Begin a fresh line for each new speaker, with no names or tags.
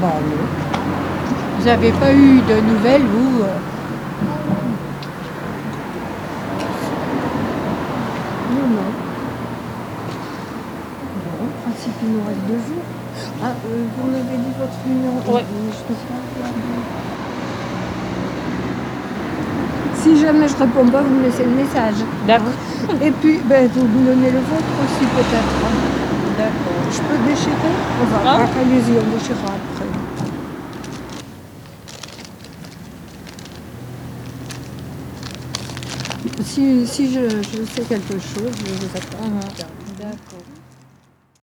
Bah,
vous n'avez pas eu de nouvelles, vous euh,
Non, non. Bon, en principe, il nous reste deux jours. Ah, euh, vous m'avez dit votre numéro.
Ouais.
Euh, Je peux pas regarder. Si jamais je réponds pas, vous me laissez le message.
D'accord.
Et puis, ben, vous me donnez le vôtre aussi peut-être. hein. Je peux déchirer On va
Ah.
voir, allez-y, on déchirera après. Si, si je, je sais quelque chose, je vous attends.
Mhm.
D'accord.